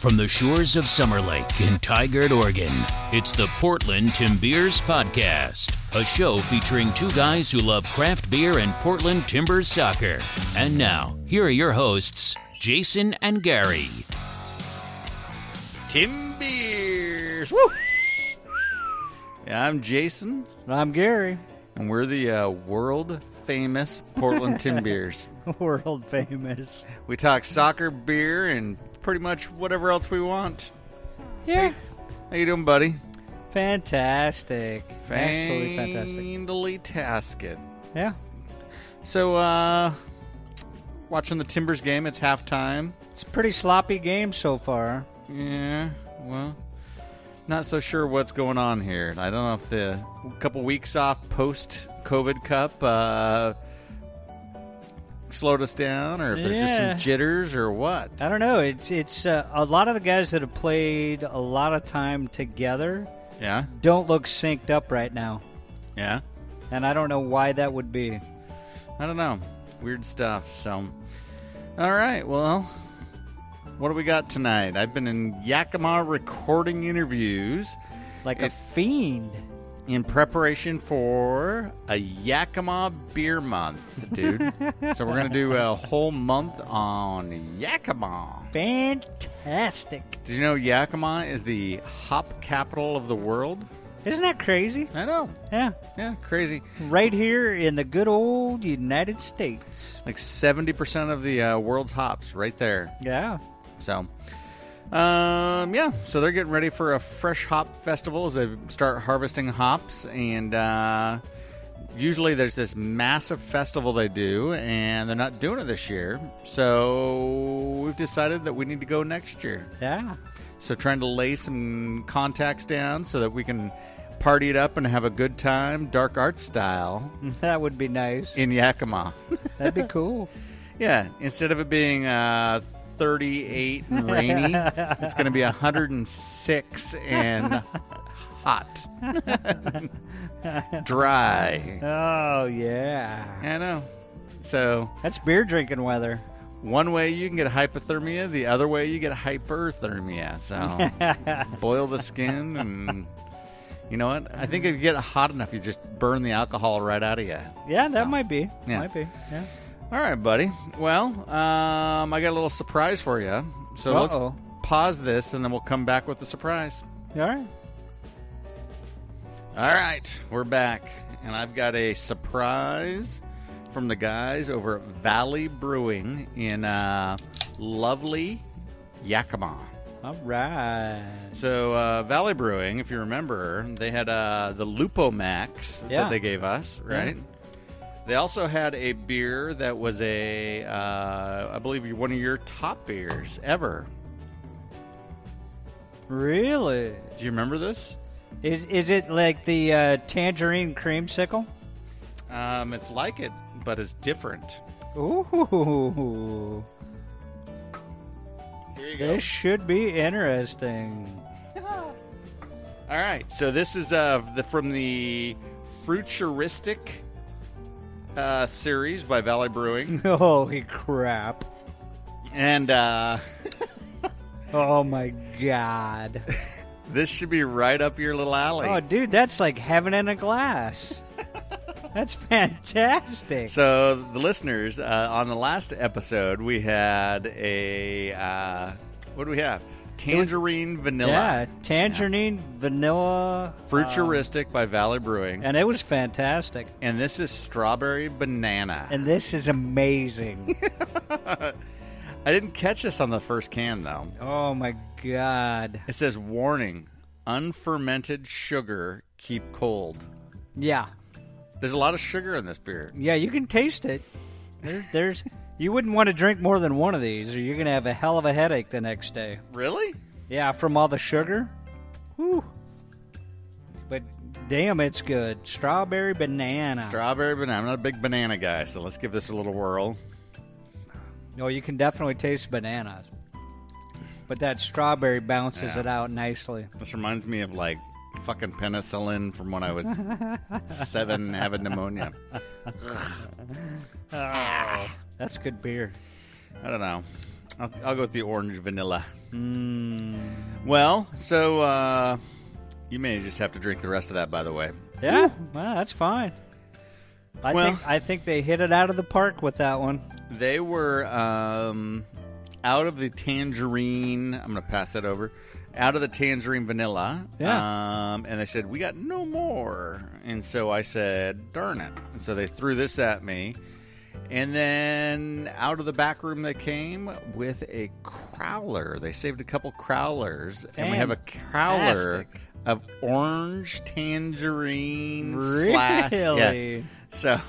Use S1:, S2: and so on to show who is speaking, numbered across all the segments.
S1: From the shores of Summer Lake in Tigard, Oregon, it's the Portland Timbeers Podcast, a show featuring two guys who love craft beer and Portland Timbers soccer. And now, here are your hosts, Jason and Gary.
S2: Tim Beers. Woo! Yeah, I'm Jason,
S3: I'm Gary,
S2: and we're the uh, world famous Portland Tim Beers.
S3: world famous.
S2: We talk soccer, beer, and pretty much whatever else we want.
S3: Yeah.
S2: How you doing, buddy?
S3: Fantastic. Absolutely fantastic.
S2: Fandily tasket.
S3: Yeah.
S2: So, uh, watching the Timbers game. It's halftime.
S3: It's a pretty sloppy game so far.
S2: Yeah. Well. Not so sure what's going on here. I don't know if the couple weeks off post COVID Cup uh, slowed us down, or if there's just
S3: Yeah.
S2: some jitters, or what.
S3: I don't know. It's it's uh, a lot of the guys that have played a lot of time together
S2: Yeah,
S3: don't look synced up right now,
S2: yeah.
S3: and I don't know why that would be.
S2: I don't know. Weird stuff. So, all right. Well, what do we got tonight? I've been in Yakima recording interviews
S3: Like
S2: It-
S3: a fiend.
S2: in preparation for a Yakima Beer Month, dude. so we're gonna do a whole month on Yakima.
S3: Fantastic.
S2: Did you know Yakima is the hop capital of the world?
S3: Isn't that crazy?
S2: I know.
S3: Yeah.
S2: Yeah, crazy.
S3: Right here in the good old United States.
S2: Like seventy percent of the uh, world's hops, right there.
S3: Yeah.
S2: So, um, yeah, so they're getting ready for a fresh hop festival as they start harvesting hops. And uh, usually there's this massive festival they do, and they're not doing it this year. So, we've decided that we need to go next year.
S3: Yeah.
S2: So, trying to lay some contacts down so that we can party it up and have a good time, dark art style,
S3: That would be nice.
S2: in Yakima.
S3: That'd be cool.
S2: Yeah, instead of it being uh, 38 and rainy, it's going to be 106 and hot. Dry.
S3: Oh yeah.
S2: I know. So,
S3: That's beer drinking weather.
S2: one way you can get hypothermia, the other way you get hyperthermia. So, boil the skin and. You know what? I think if you get hot enough, you just burn the alcohol right out of you.
S3: Yeah, that
S2: So.
S3: might be.
S2: Yeah.
S3: Might be. Yeah.
S2: All right, buddy. Well, um, I got a little surprise for you. So
S3: Uh-oh.
S2: let's pause this and then we'll come back with the surprise.
S3: You All right.
S2: All right, we're back. And I've got a surprise from the guys over at Valley Brewing in uh, lovely Yakima.
S3: All right.
S2: So, uh, Valley Brewing, if you remember, they had uh, the Lupo Max
S3: Yeah.
S2: that they gave us, right? They also had a beer that was a, uh, I believe, one of your top beers ever.
S3: Really?
S2: Do you remember this?
S3: Is is it like the uh, tangerine creamsicle?
S2: Um, it's like it, but it's different.
S3: Ooh.
S2: Here you
S3: This should be interesting.
S2: All right, so this is uh, the, from the Futuristic uh, series by Valley Brewing,
S3: Holy crap.
S2: and uh,
S3: Oh my god.
S2: this should be right up your little alley.
S3: Oh dude, that's like heaven in a glass. That's fantastic.
S2: So, the listeners, uh, on the last episode, we had a uh, what do we have? Tangerine
S3: yeah, um,
S2: vanilla,
S3: tangerine vanilla
S2: Futuristic by Valley Brewing,
S3: and it was fantastic.
S2: and this is strawberry banana.
S3: And this is amazing.
S2: I didn't catch this on the first can though.
S3: oh my god.
S2: It says warning: unfermented sugar keep cold.
S3: Yeah,
S2: There's a lot of sugar in this beer.
S3: yeah, you can taste it. There, there's, you wouldn't want to drink more than one of these, or you're gonna have a hell of a headache the next day.
S2: Really?
S3: Yeah, from all the sugar. Whew. But damn, it's good. Strawberry banana.
S2: Strawberry banana. I'm not a big banana guy, so let's give this a little whirl.
S3: no, Oh, you can definitely taste bananas. But that strawberry bounces
S2: Yeah.
S3: it out nicely.
S2: This reminds me of like fucking penicillin from when I was seven, having pneumonia.
S3: That's good beer.
S2: I don't know. I'll, I'll go with the orange vanilla.
S3: Mm.
S2: Well, so uh, you may just have to drink the rest of that, by the way.
S3: Yeah, well, that's fine. I
S2: Well-
S3: think I think they hit it out of the park with that one.
S2: They were um, out of the tangerine. I'm going to pass that over. Out of the tangerine vanilla.
S3: Yeah.
S2: Um, and they said, We got no more. And so I said, Darn it. And so they threw this at me. And then out of the back room they came with a crowler. They saved a couple crowlers. And we have a crowler
S3: Fantastic.
S2: of orange tangerine slash. Yeah.
S3: Really?
S2: So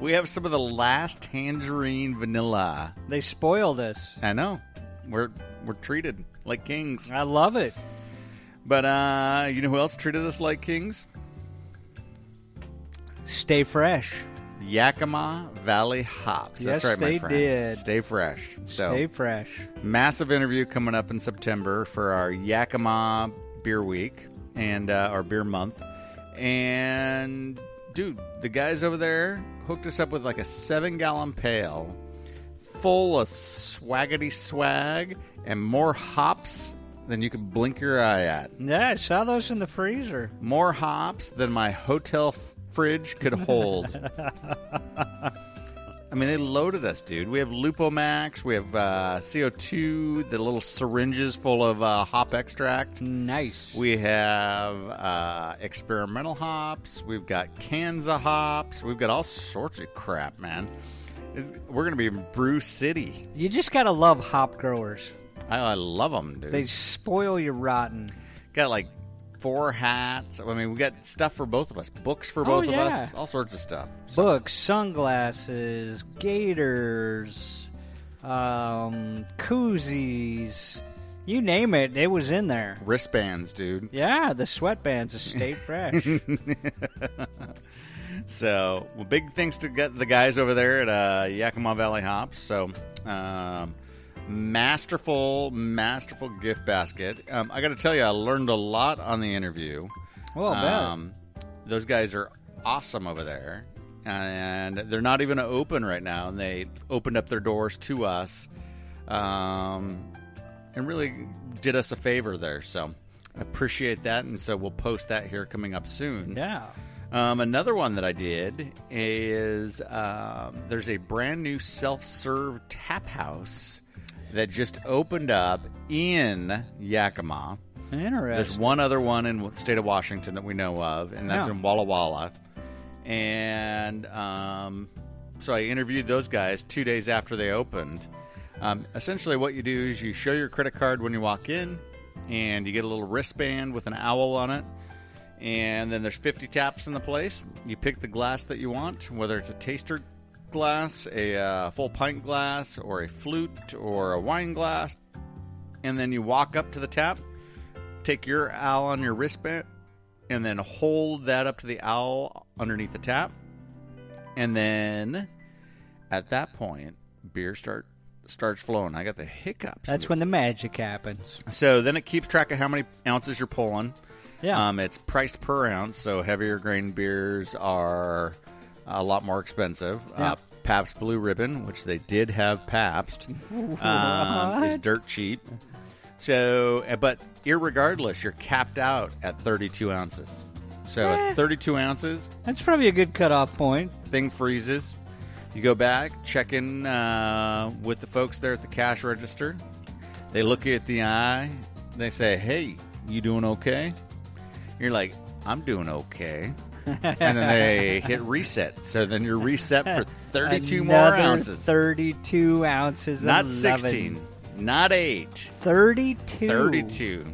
S2: we have some of the last tangerine vanilla.
S3: They spoil this.
S2: I know. We're we're treated like kings.
S3: I love it.
S2: But uh you know who else treated us like kings?
S3: Stay fresh.
S2: Yakima Valley Hops. That's
S3: Yes,
S2: right, my
S3: they
S2: friend.
S3: did.
S2: Stay fresh. So
S3: Stay fresh.
S2: massive interview coming up in September for our Yakima Beer Week and uh, our Beer Month. And dude, the guys over there hooked us up with like a seven gallon pail full of swaggity swag and more hops than you could blink your eye at.
S3: Yeah, I saw those in the freezer.
S2: More hops than my hotel f- fridge could hold. I mean, they loaded us, dude. We have Lupo Max, we have uh, CO2, the little syringes full of uh, hop extract.
S3: Nice.
S2: We have uh, experimental hops. We've got Kansas hops. We've got all sorts of crap, man. It's, we're going to be in Brew City.
S3: you just gotta love hop growers.
S2: I, I love them, dude.
S3: They spoil you rotten.
S2: got like four hats. I mean, we got stuff for both of us, books for both
S3: yeah.
S2: of us, all sorts of stuff.
S3: Books, sunglasses, gaiters, um, koozies, you name it, it was in there.
S2: Wristbands, dude.
S3: Yeah, the sweatbands of Stay Fresh.
S2: So, well, big thanks to get the guys over there at uh, Yakima Valley Hops. So, um, masterful, masterful gift basket. Um, I got to tell you, I learned a lot on the interview.
S3: well, um,
S2: Um, those guys are awesome over there, and they're not even open right now. And they opened up their doors to us, um, and really did us a favor there. So I appreciate that, and so we'll post that here coming up soon.
S3: yeah.
S2: Um, another one that I did is um, there's a brand new self serve tap house that just opened up in Yakima. There's
S3: Interesting.
S2: one other one in the state of Washington that we know of, and that's
S3: Yeah.
S2: in Walla Walla. And um, so I interviewed those guys two days after they opened. Um, essentially, what you do is you show your credit card when you walk in, and you get a little wristband with an owl on it. And then there's 50 taps in the place. You pick the glass that you want, whether it's a taster glass, a uh, full pint glass, or a flute, or a wine glass. And then you walk up to the tap, take your owl on your wristband and then hold that up to the owl underneath the tap and then at that point beer start starts flowing i got the hiccups
S3: That's when the magic happens.
S2: so then it keeps track of how many ounces you're pulling
S3: Yeah.
S2: um, it's priced per ounce so heavier grain beers are a lot more expensive
S3: Yeah.
S2: uh, Pabst Blue Ribbon, which they did have Pabst, um, is
S3: What?
S2: dirt cheap. So, uh, but irregardless, you're capped out at 32 ounces. So
S3: Eh.
S2: at 32 ounces,
S3: That's probably a good cutoff point.
S2: thing freezes. You go back, check in uh, with the folks there at the cash register. They look you at the eye. They say, "Hey, you doing okay?" You're like, "I'm doing okay." and then they hit reset. So then you're reset for 32
S3: Another
S2: more ounces.
S3: 32 ounces.
S2: not
S3: of
S2: 16,
S3: lovin'.
S2: not 8.
S3: 32.
S2: 32.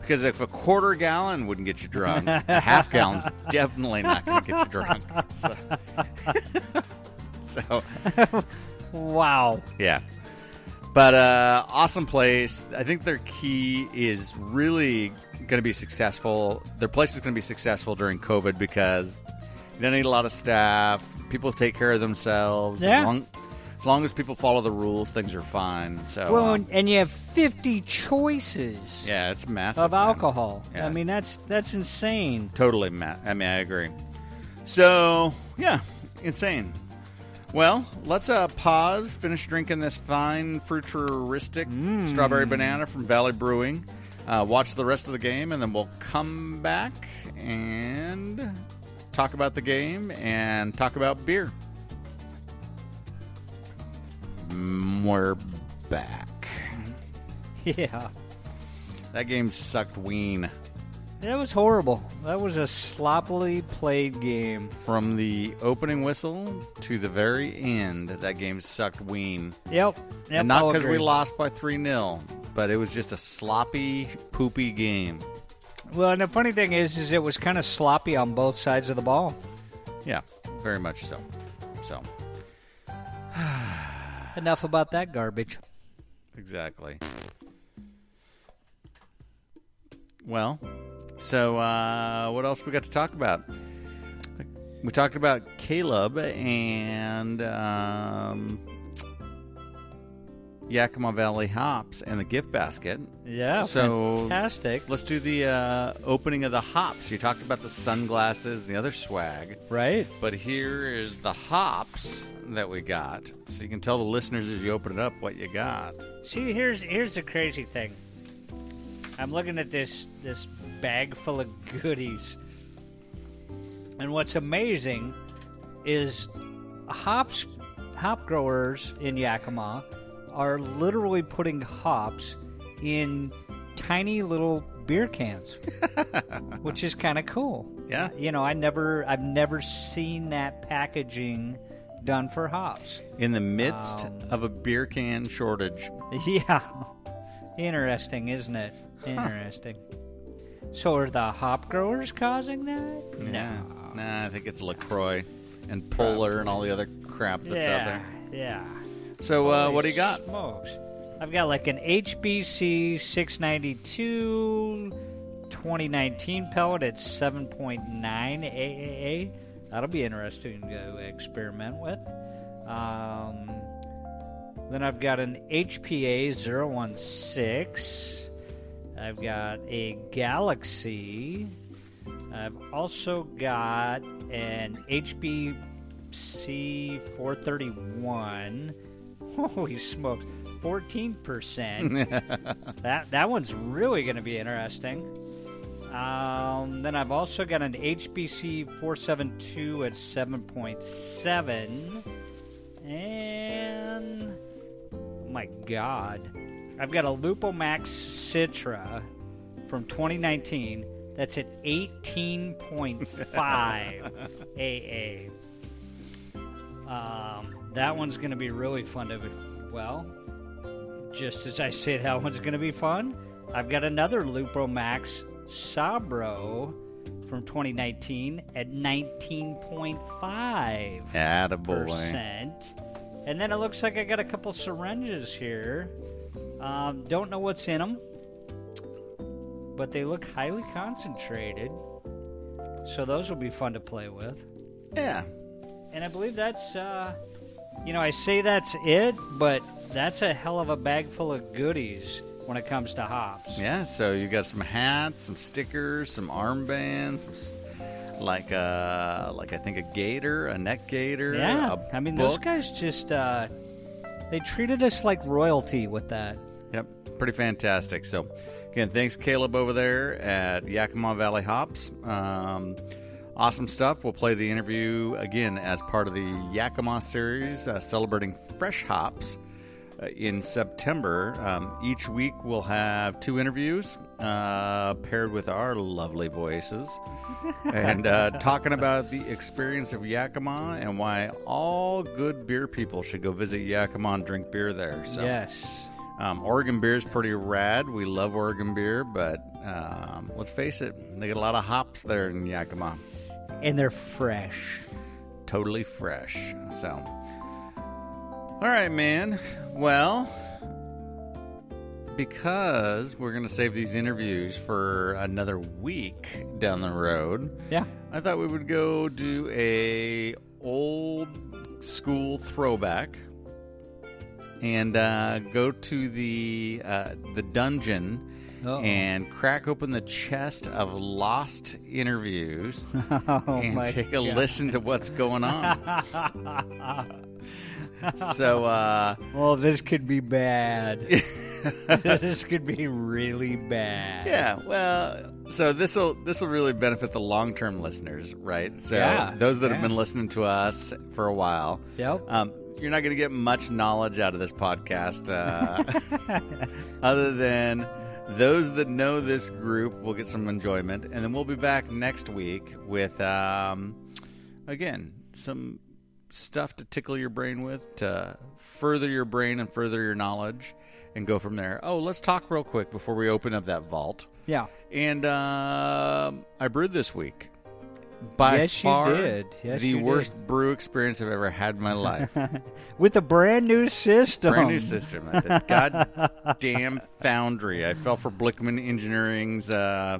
S2: Because if a quarter gallon wouldn't get you drunk, a half gallon's definitely not going to get you drunk. So, so,
S3: Wow.
S2: yeah. But uh, awesome place. I think their key is really going to be successful. Their place is going to be successful during COVID because you don't need a lot of staff. People take care of themselves.
S3: Yeah.
S2: As long as, long as people follow the rules, things are fine. So
S3: Well,
S2: um,
S3: and- and you have 50 choices
S2: yeah, it's massive
S3: of
S2: man.
S3: alcohol.
S2: Yeah.
S3: I mean, that's that's insane.
S2: Totally, Matt. I mean, I agree. So, yeah, insane. Well, let's uh, pause, finish drinking this fine futuristic strawberry banana from Valley Brewing. Uh, watch the rest of the game, and then we'll come back and talk about the game and talk about beer. Mm, We're back.
S3: Yeah.
S2: That game sucked ween
S3: That was horrible. That was a sloppily played game.
S2: from the opening whistle to the very end. That game sucked ween.
S3: Yep. yep
S2: and not
S3: I'll
S2: because we
S3: agree.
S2: lost by 3 0, but it was just a sloppy, poopy game.
S3: Well, and the funny thing is, is it was kind of sloppy on both sides of the ball.
S2: Yeah, very much so. So,
S3: Enough about that garbage.
S2: exactly. Well, so uh, what else we got to talk about? We talked about Caleb and um, Yakima Valley hops and the gift basket.
S3: Yeah.
S2: So-
S3: Oh, fantastic.
S2: Let's do the uh, opening of the hops. You talked about the sunglasses, the other swag.
S3: Right.
S2: But here is the hops that we got. So you can tell the listeners as you open it up what you got.
S3: See, here's here's the crazy thing. I'm looking at this this bag full of goodies, and what's amazing is hops hop growers in Yakima are literally putting hops in tiny little beer cans, which is kind of cool.
S2: Yeah.
S3: You know, I never I've never seen that packaging done for hops.
S2: In the midst
S3: Um,
S2: of a beer can shortage.
S3: Yeah. Interesting, isn't it? Interesting. so are the hop growers causing that?
S2: Yeah. Nah, I think it's LaCroix and Polar and all the other crap that's
S3: yeah.
S2: out there.
S3: Yeah.
S2: So uh, what do you
S3: Holy
S2: got?
S3: Smokes. I've got like an HBC 692 2019 pellet at 7.9 AAA. That'll be interesting to experiment with. Um, then I've got an HPA 016. I've got a Galaxy. I've also got an HBC 431. Holy smokes, 14%. that that one's really going to be interesting. Um, then I've also got an HBC 472 at 7.7. And oh my god. I've got a Lupo Max Citra from 2019 that's at 18.5 AA. Um, that one's going to be really fun to well, just as I say that one's going to be fun, I've got another Lupo Max Sabro from 2019 at 19.5
S2: Attaboy.
S3: percent. And then it looks like I got a couple syringes here. Um, don't know what's in them, but they look highly concentrated. So those will be fun to play with.
S2: Yeah.
S3: And I believe that's, uh, you know, I say that's it, but that's a hell of a bag full of goodies when it comes to hops.
S2: Yeah, so you got some hats, some stickers, some armbands, some s- like uh like I think a gator, a neck gator.
S3: Yeah,
S2: a
S3: I mean those
S2: book.
S3: guys just uh, they treated us like royalty with that.
S2: Yep, pretty fantastic. So, again, thanks, Caleb, over there at Yakima Valley Hops. Um, awesome stuff. We'll play the interview again as part of the Yakima series uh, celebrating fresh hops uh, in September. Um, each week, we'll have two interviews uh, paired with our lovely voices and uh, talking about the experience of Yakima and why all good beer people should go visit Yakima and drink beer there. So.
S3: Yes.
S2: Um, Oregon beer is pretty rad. We love Oregon beer, but um, let's face it, they get a lot of hops there in Yakima.
S3: And they're fresh.
S2: Totally fresh. So, all right, man. Well, because we're going to save these interviews for another week down the road,
S3: Yeah.
S2: I thought we would go do a old school throwback and uh, go to the uh, the dungeon
S3: Uh-oh.
S2: and crack open the chest of lost interviews
S3: Oh
S2: and
S3: my
S2: take a
S3: God.
S2: listen to what's going on. so uh,
S3: Well, this could be bad. this could be really bad.
S2: yeah, well, so this will this will really benefit the long term listeners, right? So
S3: Yeah,
S2: those that
S3: yeah.
S2: have been listening to us for a while,
S3: Yep.
S2: um, you're not going to get much knowledge out of this podcast, uh, other than those that know this group will get some enjoyment, and then we'll be back next week with um, again some stuff to tickle your brain with to further your brain and further your knowledge and go from there. Oh, let's talk real quick before we open up that vault.
S3: yeah.
S2: And um I brewed this week. By
S3: Yes, you
S2: far,
S3: did. Yes,
S2: the
S3: you did.
S2: worst brew experience I've ever had in my life.
S3: With a brand new system.
S2: Brand new system. at the goddamn foundry. I fell for Blickman Engineering's uh,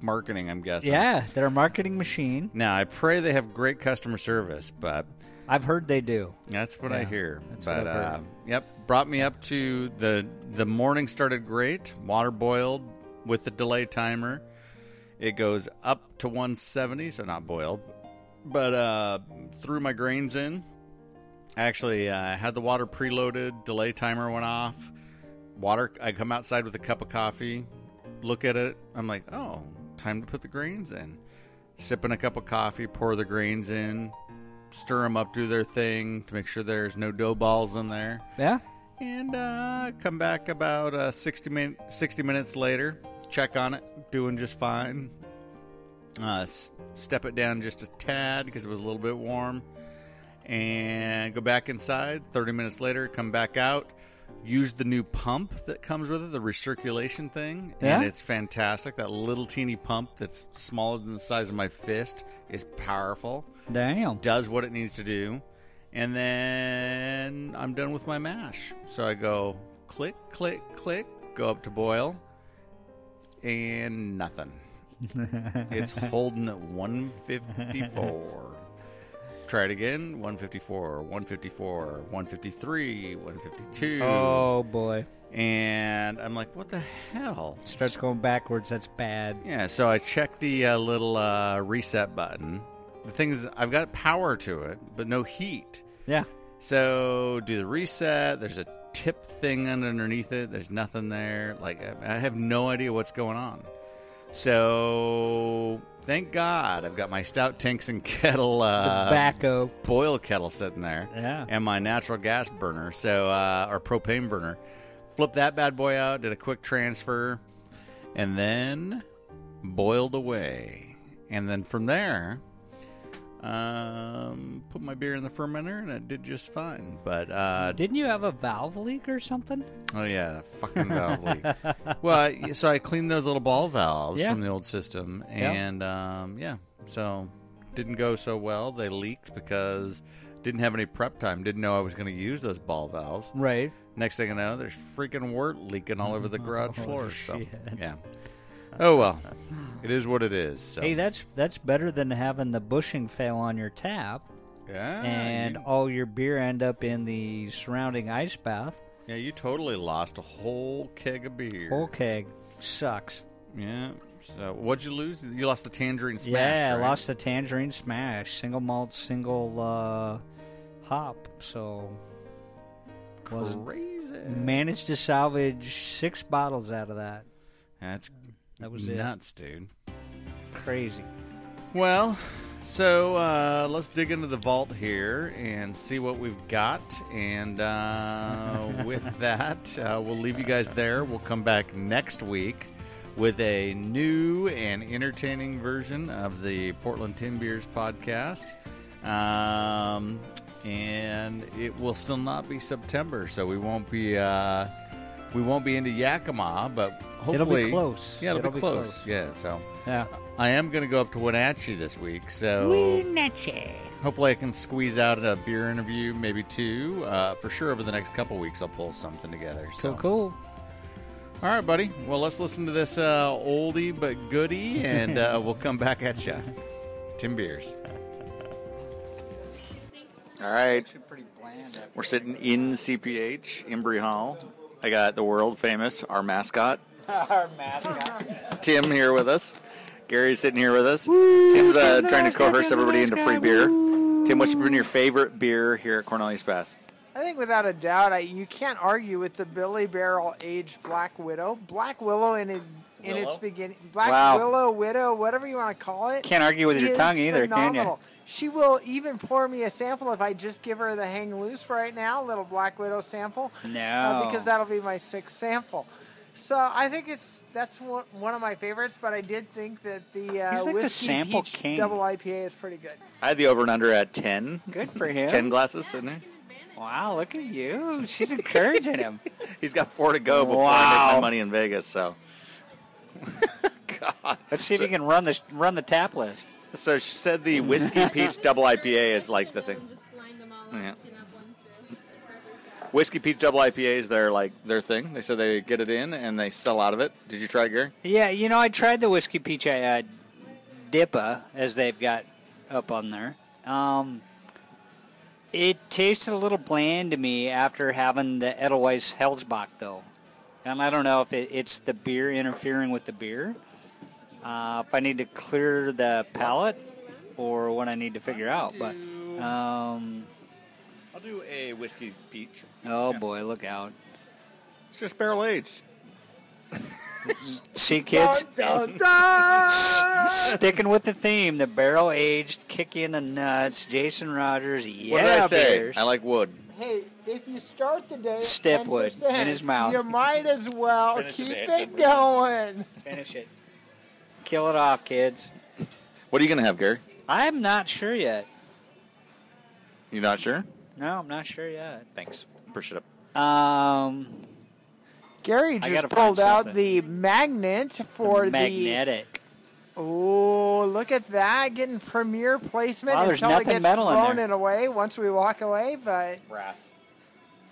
S2: marketing. I'm guessing.
S3: Yeah, they're a marketing machine.
S2: Now I pray they have great customer service, but
S3: I've heard they do.
S2: That's what I
S3: Yeah,
S2: hear.
S3: that's what
S2: but
S3: I've
S2: uh,
S3: heard.
S2: yep, brought me up to the the morning started great. Water boiled with the delay timer. It goes up to 170, so not boiled, but uh, threw my grains in. Actually, uh, had the water preloaded. Delay timer went off. Water. I come outside with a cup of coffee. Look at it. I'm like, oh, time to put the grains in. Sipping a cup of coffee, pour the grains in, stir them up, do their thing to make sure there's no dough balls in there.
S3: Yeah.
S2: And uh, come back about uh, 60, min- 60 minutes later, check on it, doing just fine. Uh, s- step it down just a tad because it was a little bit warm. And go back inside. 30 minutes later, come back out. Use the new pump that comes with it, the recirculation thing.
S3: Yeah?
S2: And it's fantastic. That little teeny pump that's smaller than the size of my fist is powerful
S3: Damn.
S2: does what it needs to do, and then I'm done with my mash. So I go click, click, click, go up to boil, and nothing. it's holding at 154. Try it again 154, 154, 153, 152.
S3: Oh boy.
S2: And I'm like, what the hell?
S3: Starts going backwards. That's bad.
S2: Yeah, so I check the uh, little uh, reset button. The thing is, I've got power to it, but no heat.
S3: Yeah.
S2: So do the reset. There's a tip thing underneath it. There's nothing there. Like I- I have no idea what's going on. So thank God I've got my stout tanks and kettle uh,
S3: Tobacco.
S2: boil kettle sitting there.
S3: Yeah.
S2: And my natural gas burner, so uh, our propane burner. Flip that bad boy out. Did a quick transfer, and then boiled away. And then from there, um, put my beer in the fermenter, and it did just fine. But uh,
S3: Didn't you have a valve leak or something?
S2: Oh yeah, that fucking valve leak. Well, I- so I cleaned those little ball valves
S3: Yeah.
S2: from the old system,
S3: Yeah.
S2: and um, yeah, so didn't go so well. They leaked because didn't have any prep time. Didn't know I was going to use those ball valves.
S3: Right.
S2: Next thing I know, there's freaking wort leaking all over the garage
S3: Oh,
S2: floor. So
S3: shit.
S2: yeah. Oh well, it is what it is. So
S3: Hey, that's that's better than having the bushing fail on your tap
S2: yeah,
S3: and
S2: Ah, you,
S3: all your beer end up in the surrounding ice bath.
S2: yeah, you totally lost a whole keg of beer.
S3: Whole keg sucks.
S2: Yeah. So what'd you lose? You lost the tangerine smash.
S3: yeah, I
S2: right?
S3: lost the tangerine smash, single malt, single uh, hop. So was
S2: crazy.
S3: managed to salvage six bottles out of that.
S2: That's
S3: That was it.
S2: nuts, dude.
S3: Crazy.
S2: Well, so uh, let's dig into the vault here and see what we've got. And uh, with that, uh, we'll leave you guys there. We'll come back next week with a new and entertaining version of the Portland Tin Beers podcast. Um, and it will still not be September, so we won't be uh, we won't be into Yakima, but hopefully
S3: It'll be close.
S2: Yeah, it'll, be, close.
S3: close.
S2: Yeah, so.
S3: Yeah.
S2: I am going to go up to Wenatchee this week, so hopefully I can squeeze out a beer interview, maybe two. Uh, for sure, over the next couple weeks, I'll pull something together. So
S3: So cool.
S2: All right, buddy. Well, let's listen to this uh, oldie but goodie, and uh, we'll come back at you. Tim Beers. All right. We're sitting in CPH, Embry Hall. I got the world famous, our mascot,
S3: Our mascot.
S2: Tim here with us. Gary's sitting here with us. Tim's uh, trying to coerce everybody into free beer. Tim, what's been your favorite beer here at Cornelius Pass?
S4: I think without a doubt, I, you can't argue with the Billy Barrel aged Black Widow. Black Willow in it, in its
S2: Willow?
S4: beginning, Black
S3: Wow.
S4: Willow, Widow, whatever you want to call it.
S3: Can't argue with your
S4: is
S3: tongue either, can ya?
S4: phenomenal. She will even pour me a sample if I just give her the hang loose right now, little Black Widow sample.
S3: No.
S4: uh, because that'll be my sixth sample. So I think it's that's one one of my favorites, but I did think that the uh,
S3: He's like the
S4: whiskey
S3: sample
S4: peach
S3: king.
S4: double IPA is pretty good.
S2: I had the over and under at 10.
S3: Good for him.
S2: 10 glasses in there.
S3: Wow, look at you. She's encouraging him.
S2: He's got four to go before I make
S3: Wow.
S2: my money in Vegas. So, God.
S3: Let's see if
S2: So-
S3: you can run the run the tap list.
S2: So she said the whiskey peach double IPA is like the thing. Yeah. Whiskey peach double IPA is their like their thing. They said they get it in and they sell out of it. Did you try, Gary?
S3: Yeah, you know, I tried the whiskey peach uh, dippa as they've got up on there. Um, it tasted a little bland to me after having the Edelweiss Hellsbach, though, and I don't know if it, it's the beer interfering with the beer. Uh, if I need to clear the palate, or what I need to figure out, but um,
S2: I'll do a whiskey peach.
S3: oh boy, look out!
S2: It's just barrel aged.
S3: See, kids,
S4: Dun, dun!
S3: Sticking with the theme, the barrel aged, kick you in the nuts, Jason Rogers, yeah,
S2: What did I say?
S3: beers.
S2: I like wood.
S4: hey, if you start the day at
S3: Stiff wood
S4: 10%,
S3: in his mouth.
S4: you might as well
S2: Finish
S4: keep
S2: it.
S4: it going.
S3: Finish it. Kill it off, kids.
S2: What are you gonna have, Gary?
S3: I'm not sure yet.
S2: You not sure?
S3: No, I'm not sure yet.
S2: Thanks. Push it up.
S3: Um,
S4: Gary
S3: I
S4: just
S3: gotta
S4: pulled
S3: find
S4: out
S3: something.
S4: the magnet for the.
S3: magnetic.
S4: Oh, look at that! Getting premier placement
S3: Wow, there's
S4: until it
S3: nothing
S4: gets
S3: metal in
S4: thrown
S3: there.
S4: it away once we walk away. But
S2: Brass.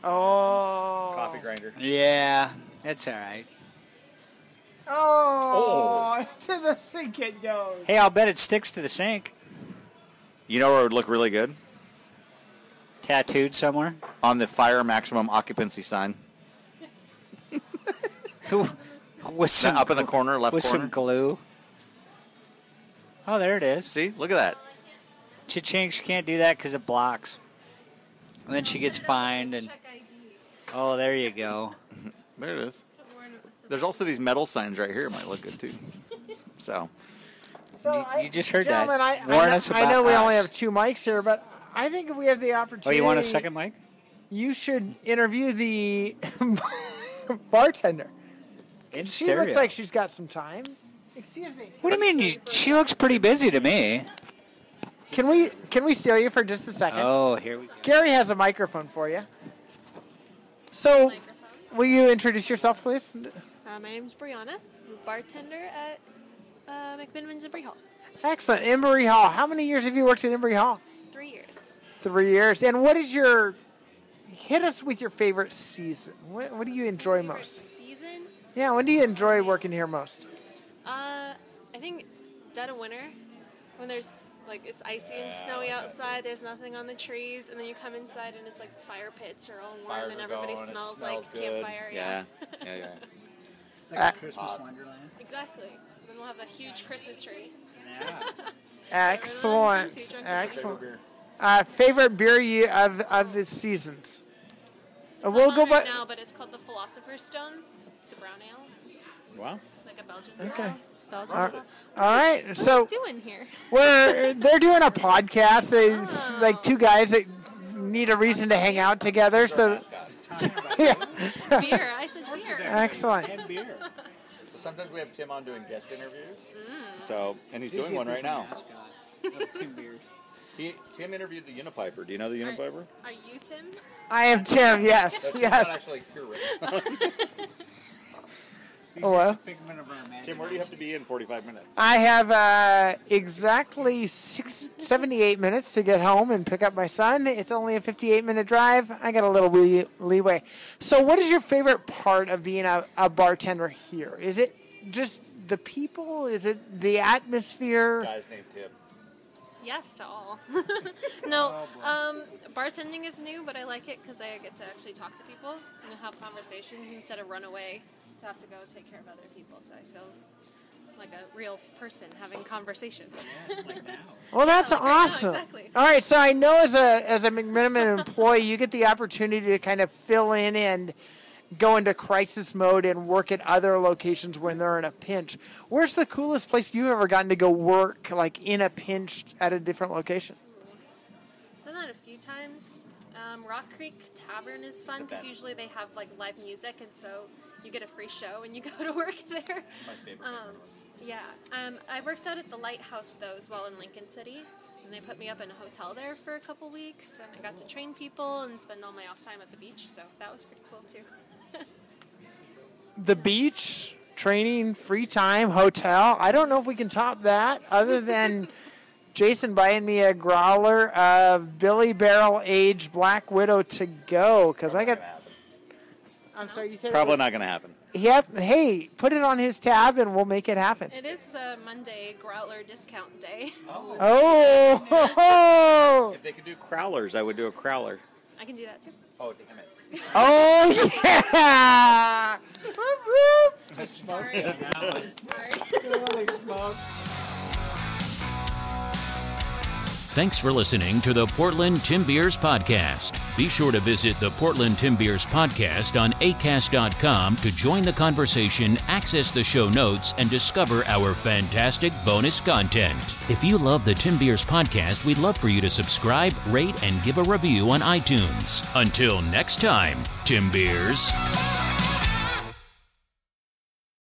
S4: oh,
S2: grinder.
S3: Yeah, that's all right.
S4: Oh, to the sink it goes.
S3: Hey, I'll bet it sticks to the sink.
S2: You know where it would look really good?
S3: Tattooed somewhere.
S2: On the fire maximum occupancy sign.
S3: with some
S2: up in the corner, left
S3: with
S2: corner.
S3: some glue. Oh, there it is.
S2: See, look at that.
S3: Cha-ching, she can't do that because it blocks. And then she gets fined, and oh, there you go.
S2: There it is. There's also these metal signs right here. Might look good too. So
S4: So
S3: You-
S4: I-
S3: you just heard that.
S4: gentlemen, I, I,
S3: Warn
S4: know-
S3: us
S4: I know
S3: about
S4: we only
S3: us.
S4: have two mics here, but I think if we have the
S3: Oh,
S4: opportunity.
S3: you want a second mic?
S4: You should interview the bartender.
S3: In
S4: She
S3: stereo.
S4: looks like she's got some time. Excuse me.
S3: What do you mean? You, she looks pretty busy to me.
S4: Can we can we steal you for just a second?
S3: Oh, here we go.
S4: Gary has a microphone for you. So, will you introduce yourself, please?
S5: Uh, my name's Brianna, I'm a bartender at uh, McMinniman's in Bray Hall.
S4: Excellent. Embry Hall. How many years have you worked at Embry Hall?
S5: Three years.
S4: Three years. And what is your hit us with your favorite season? What, what do you enjoy
S5: Favorite
S4: most?
S5: season?
S4: Yeah, when do you enjoy working here most?
S5: Uh, I think dead of winter, when there's like it's icy and snowy outside, there's nothing on the trees, and then you come inside and it's like fire pits are all warm and everybody smells, like campfire.
S2: yeah, yeah, yeah.
S3: It's
S4: like a
S3: Christmas wonderland.
S5: Exactly. Then we'll have a huge Christmas tree.
S4: Excellent.
S5: Everyone's too drunk to drink.
S4: Excellent. Uh, favorite beer you of of the seasons? Uh,
S5: It's
S4: we'll
S5: not
S4: go
S5: on right
S4: by.
S5: now, but it's called the Philosopher's Stone. It's a brown ale,
S6: Wow.
S5: like a Belgian
S4: Okay.
S5: style. Belgian
S4: All
S5: style.
S4: All right. So
S5: Doing here.
S4: we're they're doing a podcast. They, it's like two guys that need a reason to hang out together. So yeah,
S5: beer. I said beer.
S4: excellent.
S3: beer.
S2: So sometimes we have Tim on doing guest interviews. So and he's doing one right now. He, Tim interviewed the Unipiper. Do you know the Unipiper?
S5: Are you Tim?
S4: I am Tim. Yes.
S2: That's not
S4: Yes.
S2: actually here.
S4: Hello.
S2: Tim, where do you have to be in 45 minutes?
S4: I have uh, exactly six, 78 minutes to get home and pick up my son. It's only a 58 minute drive. I got a little wee- leeway. So, what is your favorite part of being a, a bartender here? Is it just the people? Is it the atmosphere?
S2: Guy's named Tim.
S5: Yes to all. no, um, bartending is new, but I like it because I get to actually talk to people and have conversations instead of run away to have to go take care of other people. So I feel like a real person having conversations.
S4: Well, that's
S5: Oh, Yeah, like right now,
S4: awesome.
S5: exactly.
S4: All right, so I know as a as a McMiniman employee, you get the opportunity to kind of fill in and go into crisis mode and work at other locations when they're in a pinch. Where's the coolest place you've ever gotten to go work, like in a pinch at a different location?
S5: Done that a few times. Um, Rock Creek Tavern is fun because usually they have like live music, and so you get a free show and you go to work there. Um, yeah, um, I worked out at the Lighthouse though as well in Lincoln City, and they put me up in a hotel there for a couple weeks, and I got to train people and spend all my off time at the beach, so that was pretty cool too.
S4: The beach, training, free time, hotel. I don't know if we can top that, other than. Jason buying me a growler of Billy Barrel aged Black Widow to go because I got. I'm sorry, you said it
S7: Probably
S4: was-
S7: not going to happen.
S4: Yep. Hey, put it on his tab and we'll make it happen.
S5: it is uh, Monday Growler Discount Day.
S4: Oh, ho, ho.
S7: If they could do crowlers, I would do a crowler.
S5: I can do that too.
S4: oh yeah! Whoop, whoop.
S5: Sorry. Sorry.
S1: Thanks for listening to the Portland Tim Beers Podcast. Be sure to visit the Portland Tim Beers Podcast on acast.com to join the conversation, access the show notes, and discover our fantastic bonus content. If you love the Tim Beers Podcast, we'd love for you to subscribe, rate, and give a review on iTunes. Until next time, Tim Beers.